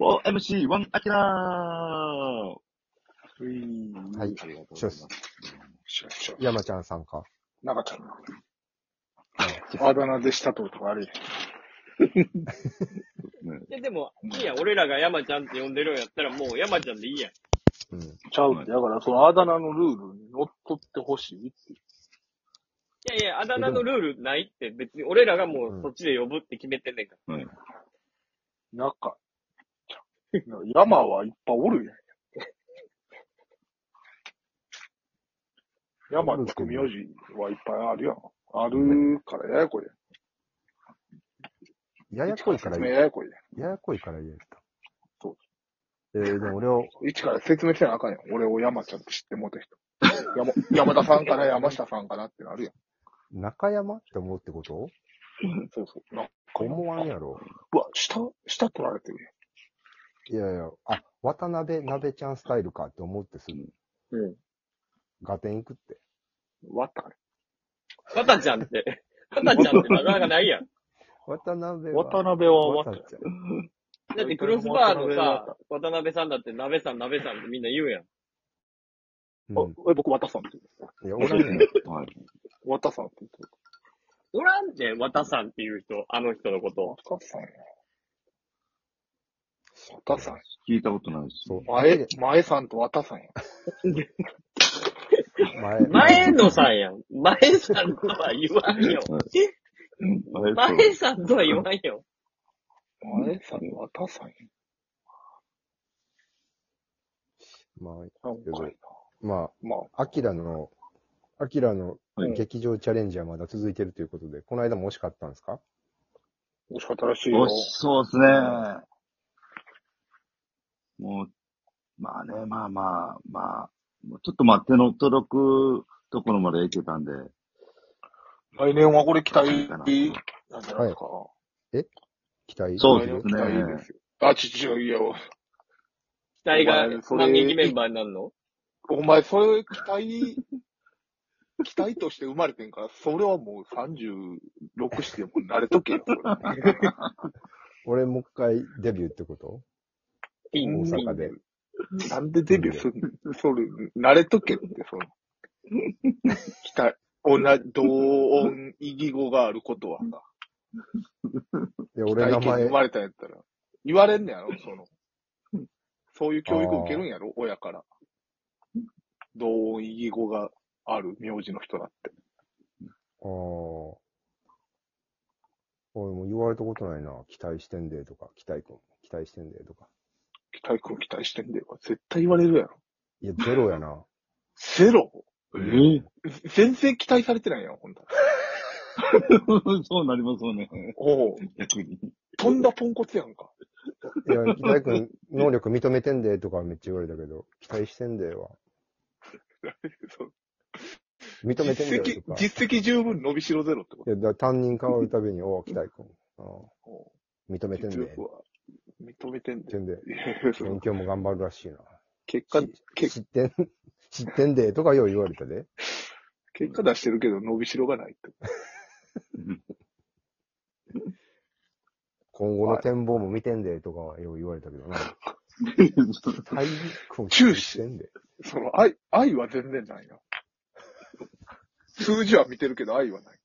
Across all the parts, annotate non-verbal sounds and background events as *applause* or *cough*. OMC1 アキラーははいいありがとうございます。山ちゃんさんか。なかったな。あだ名でしたととかあるで、でも、いいやん。俺らが山ちゃんって呼んでるんやったら、もう山ちゃんでいいやん。うん。ちゃうって。だから、そのあだ名のルールに乗っ取ってほしいって。いやいや、あだ名のルールないって、別に俺らがもうそっちで呼ぶって決めてんねんか。なんか、山はいっぱいおるやん。山つく名字はいっぱいあるやん。あるからややこいややん。やこいから説言明えややこいやややこいから言えた。そうえー、でも俺を、ん。一から説明せなあかんやん。俺を山ちゃんって知ってもうた人。山山田さんから山下さんかなってなるやん。中山って思うってことそうそう。なんか思わんやろ。うわ、下、下取られてるいやいや、あ、渡辺鍋ちゃんスタイルかって思ってすぐ、やん。うん。ガテン行くって。割ったからわたちゃんって、わたちゃんってなかなかないやん。渡辺は、渡辺は渡渡っちゃん。だってクロスバーのさ、渡辺さんだって、鍋さん、鍋さんってみんな言うやん。うんえ、僕渡さんって言う。いや、おらんねはい。渡さんって言う。おらんで、わたさんっていう人、あの人のこと。渡さんや。渡さん。聞いたことないし。そう。前、前さんと渡さんや。前、前野さんやん。前さんとは言わんよ。あれ前さんとは言わんよ。前さんと渡さんや。まあ、なんかいまな。まあ、あ、アキラの、アキラのはい劇場チャレンジはまだ続いてるということで、この間も惜しかったんですか美味しかったらしいそうよ惜。しそうですね。もう、まあね、まあまあ、まあ、もうちょっとまあ手の届くところまで行けたんで、 *laughs* 来年はこれ期待、なんじゃないいいでかすか。期待そうです来ね年期待ですよ。あ、ちちょ、いや、期待がお前それ万劇メンバーになるのお前、それ期待、期待として生まれてんから、それはもう36してもう慣れとけよ。それ俺もう一回デビューってことピ大ン、ピ阪ン。で。なんでデビューすんのそれ、慣れとけって、その。期待、同じ、同音異義語があることはさ。いや、俺名期待に前生、まれたんやったら。言われんねやろ、その。そういう教育受けるんやろ、親から。同音異義語がある名字の人だって。ああ。俺も言われたことないな。期待してんでとか、期待君、期待してんでとか。期待君期待してんだよ。絶対言われるやろ。いや、ゼロやな。ゼロええ全然期待されてないやん、ほんと。そうなりますよね。おう逆に。とんだポンコツやんか。いや、期待君、能力認めてんでとかはめっちゃ言われたけど、期待してんでは。そう認めてん実で績とか。、い実績十分伸びしろゼロってことや、だから担任変わるたびに、おう期待君。あおうあ認めてんで。実認力は認めてんだよ。めてんで。いやそ勉の強も頑張るらしいな。結果、し結知ってん、知ってんでとかよう言われたで。結果出してるけど伸びしろがないって。今後の展望も見てんでとかはよう言われたけどな。 *laughs* 期待君、注視してんで。その愛、愛は全然ないよ。数字は見てるけど愛はない。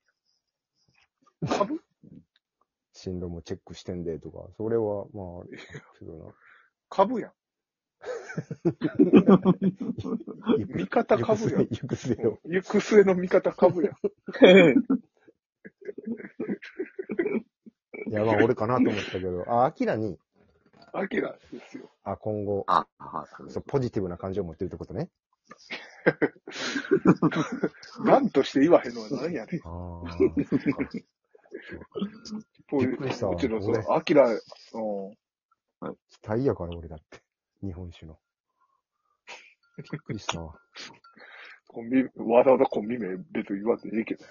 株進路もチェックしてんでとか、それは、まあ、けどな。株やん。味方行く株や末ん。行く末を。行く末の味方株やん。いや、まあ、俺かなと思ったけど、あ、アキラに、アキラですよ。あ、今後、 *laughs* あ、はそう、ポジティブな感情を持ってるってことね。なんとして言わへんのは何やねん。ああ。こういうびっくりしたもちろんそ俺の、アキラ、うん。期待やから、俺だって。日本酒の。びっくりしたわ。コンビ、わざわざコンビ名別に言わんでいいけど。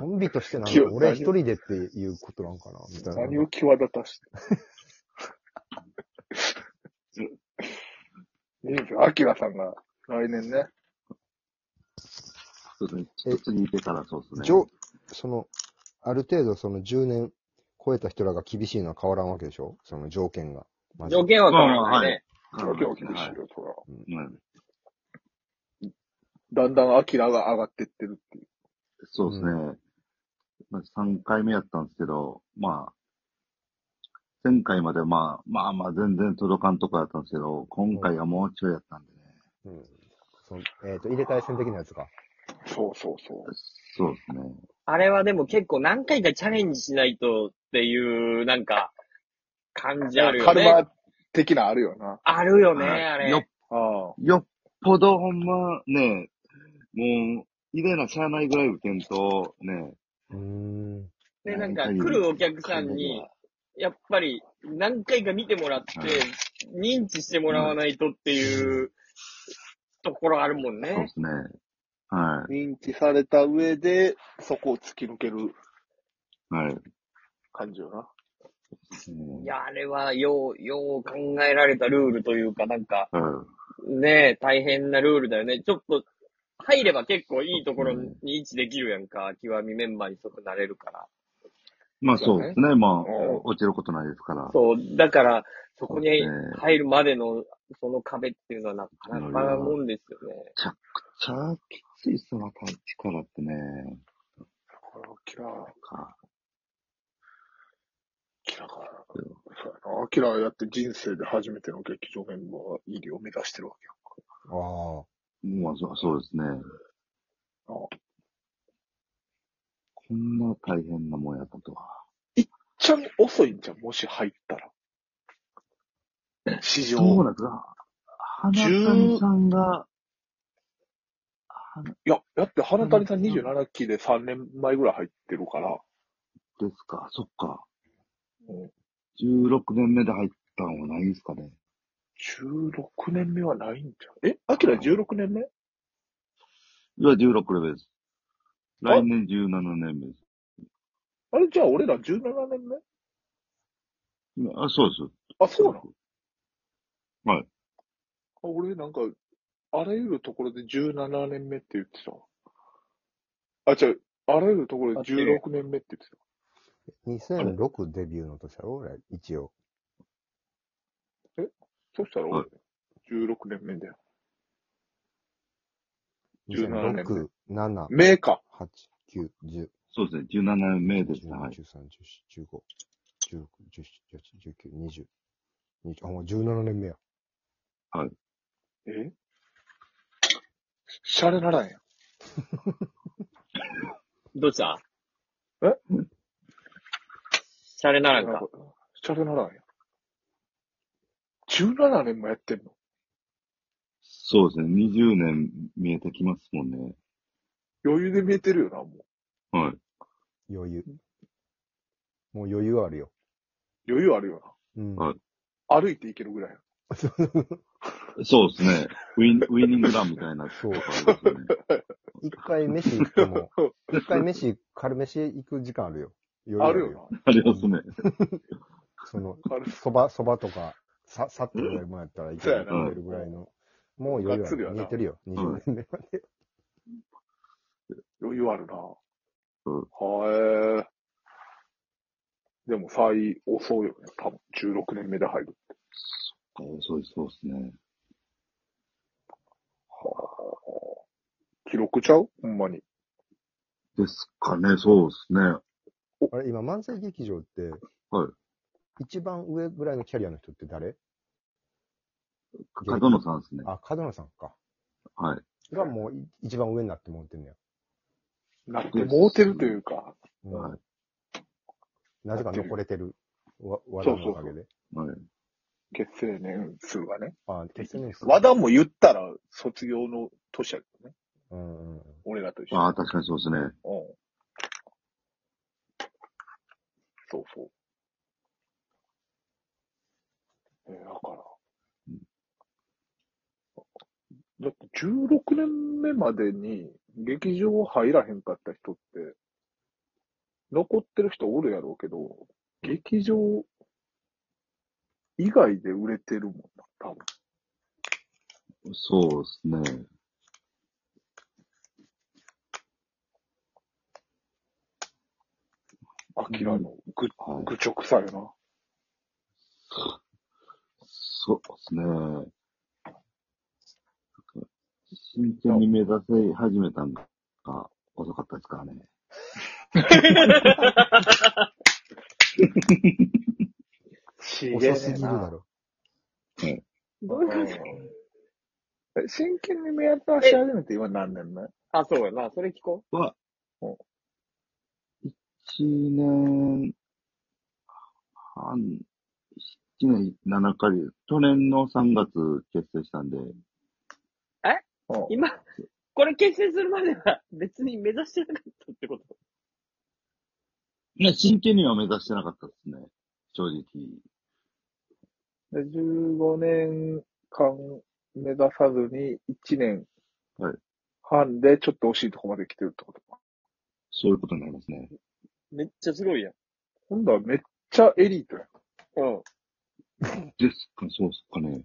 コンビとしてなん気かを、俺一人でっていうことなんかな、みたいな。何を際立たして。 *laughs* いいんですよ。アキラさんが来年ね。そうですね。一つに行けたらそうですね。じょ、その、ある程度その10年、超えた人らが厳しいのは変わらんわけでしょその条件が。まず条件は変わらないね。状況は厳しいはよ、そら。いうんだんだんアキラが上がってってるっていう。そうですね。まあ、3回目やったんですけど、まあ、前回まではまあ、まあまあ全然届かんとこやったんですけど、今回はもうちょいやったんでね。うん。そのえっ、と、入れ替え戦的なやつか。そうそうそう。そうですね。あれはでも結構何回かチャレンジしないとっていう、なんか、感じあるよカルね。マ的なあるよな。あるよね、はいあよっれ。ああ。よっぽどほんまね、もう、入れなしゃあないぐらい受けんと、ね。うーん。で、なんか来るお客さんに、やっぱり何回か見てもらってはい、認知してもらわないとっていうところあるもんそうでね。すね。は認知された上で、そこを突き抜けるい。はい。感じよな。うんいや、あれはよう、よう考えられたルールというか、なんか、うんねえ、大変なルールだよね。ちょっと、入れば結構いいところに位置できるやんか。極みメンバーに即なれるから。まあそうですね。まあうん、落ちることないですから。そう、だから、そこにそうですね入るまでの、その壁っていうのはなかなかなもんですよね。ちゃあきついっすな、この力ってね。これはキラー、かキラーか。そうやな。キラーやって人生で初めての劇場メンバー入りを目指してるわけやんかああ。まあそそうですね。あこんな大変なもんやったとは。ちゃん遅いんじゃん、もし入ったら。史上。そうなんですか。花谷さんが、いや、だって花谷さん27期で3年前ぐらい入ってるから、ですか、そっかうん。 16年目で入ったんはないんすかね。 16年目はないんじゃん。えアキラ16年目いや、16年目です。来年17年目です。あれじゃあ俺ら17年目あ、そうです。あ、そうなのはいあ俺なんか、あらゆるところで17年目って言ってたわ。あ、違う。あらゆるところで16年目って言ってた。 2006デビューの年だろ俺、一応。そしたらは俺、16年目だよ。17年6、7、目か。 8、9、10、そうですね、17年目です。 12はい。、 13、14、15、16、17、18、19、20、20あ、もう17年目や。えシャレならんやん。どうしたえシャレならんか。シャレならんやん。17年もやってんのそうですね、20年見えてきますもんね。余裕で見えてるよな、もう。はい。余裕。もう余裕あるよ。余裕あるようん。はいな。歩いていけるぐらいやん。そうですね。ウィン、ウィニングランみたいな。そうとこありますよね。一回飯行っても、一回飯、軽飯行く時間あるよ。余裕あるよな。ありますね。その、あるそば、そばとか、さ、さっとぐらいもやったらいけそうるやな食えるぐらいの。もう余裕ある。見えてるよ。20年目まで。余裕あるな。うんはえー。でも最遅いよね。多分16年目で入る。あそうです、そうですね。はあ。記録ちゃうほんまに。ですかね、そうですね。あれ、今、漫才劇場って、はい。一番上ぐらいのキャリアの人って誰角野さんですね。あ、角野さんか。はい。がもうい一番上になってもってんねや。なって、もうてるというか、うんはいなぜか残れてる。わ、和田のおかげで。はい。結成年数がね。あ、決してね。和田も言ったら卒業の年やけどね。うんうん。俺らと一緒に。ああ、確かにそうですね。うん。そうそう。えーだから。だって16年目までに劇場入らへんかった人って、残ってる人おるやろうけど、劇場以外で売れてるもんな、多分。そうですね。アキラの愚はい。愚直さよな。そうですね。真剣に目指せ始めたんが遅かったですからね。ち遅すぎるだろ。どういうことえ真剣に目当てし始めて今何年目あ、そうやな。それ聞こ一年半、一年七ヶ月、去年の3月結成したんで、う。今、これ結成するまでは別に目指してなかったってこといや、真剣には目指してなかったですね。正直。で15年間目指さずに1年はい半でちょっと惜しいとこまで来てるってことか。そういうことになりますね。めっちゃすごいやん。今度はめっちゃエリートやん。うん。ですか、そうっすかね。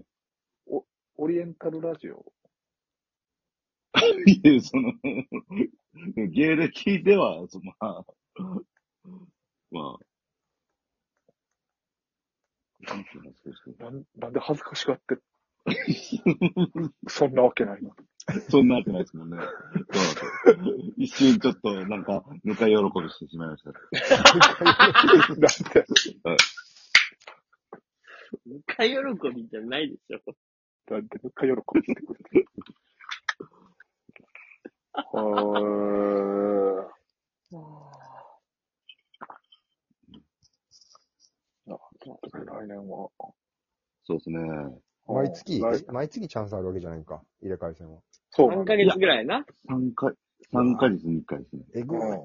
オリエンタルラジオ。いえ、その、 *laughs* 芸歴では、そまあ、まあ、なんて言うんですかなんなんで恥ずかしがってる *laughs* そんなわけないの。 *laughs* そんなわけないですもんね。そうなんですよ一瞬ちょっと、なんか、ぬか喜びしてしまいました。だって、大喜びじゃないでしょ。だって、ぬか喜びしてく *laughs* れてる。はーあちょっと来年は。そうですね。毎月来、毎月チャンスあるわけじゃないんか。入れ替え戦は。そうな3んだ。ヶ月ぐらいな。 3回、三ヶ月に1回ですね。えぐうん。いな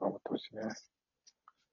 頑張ってほしいね。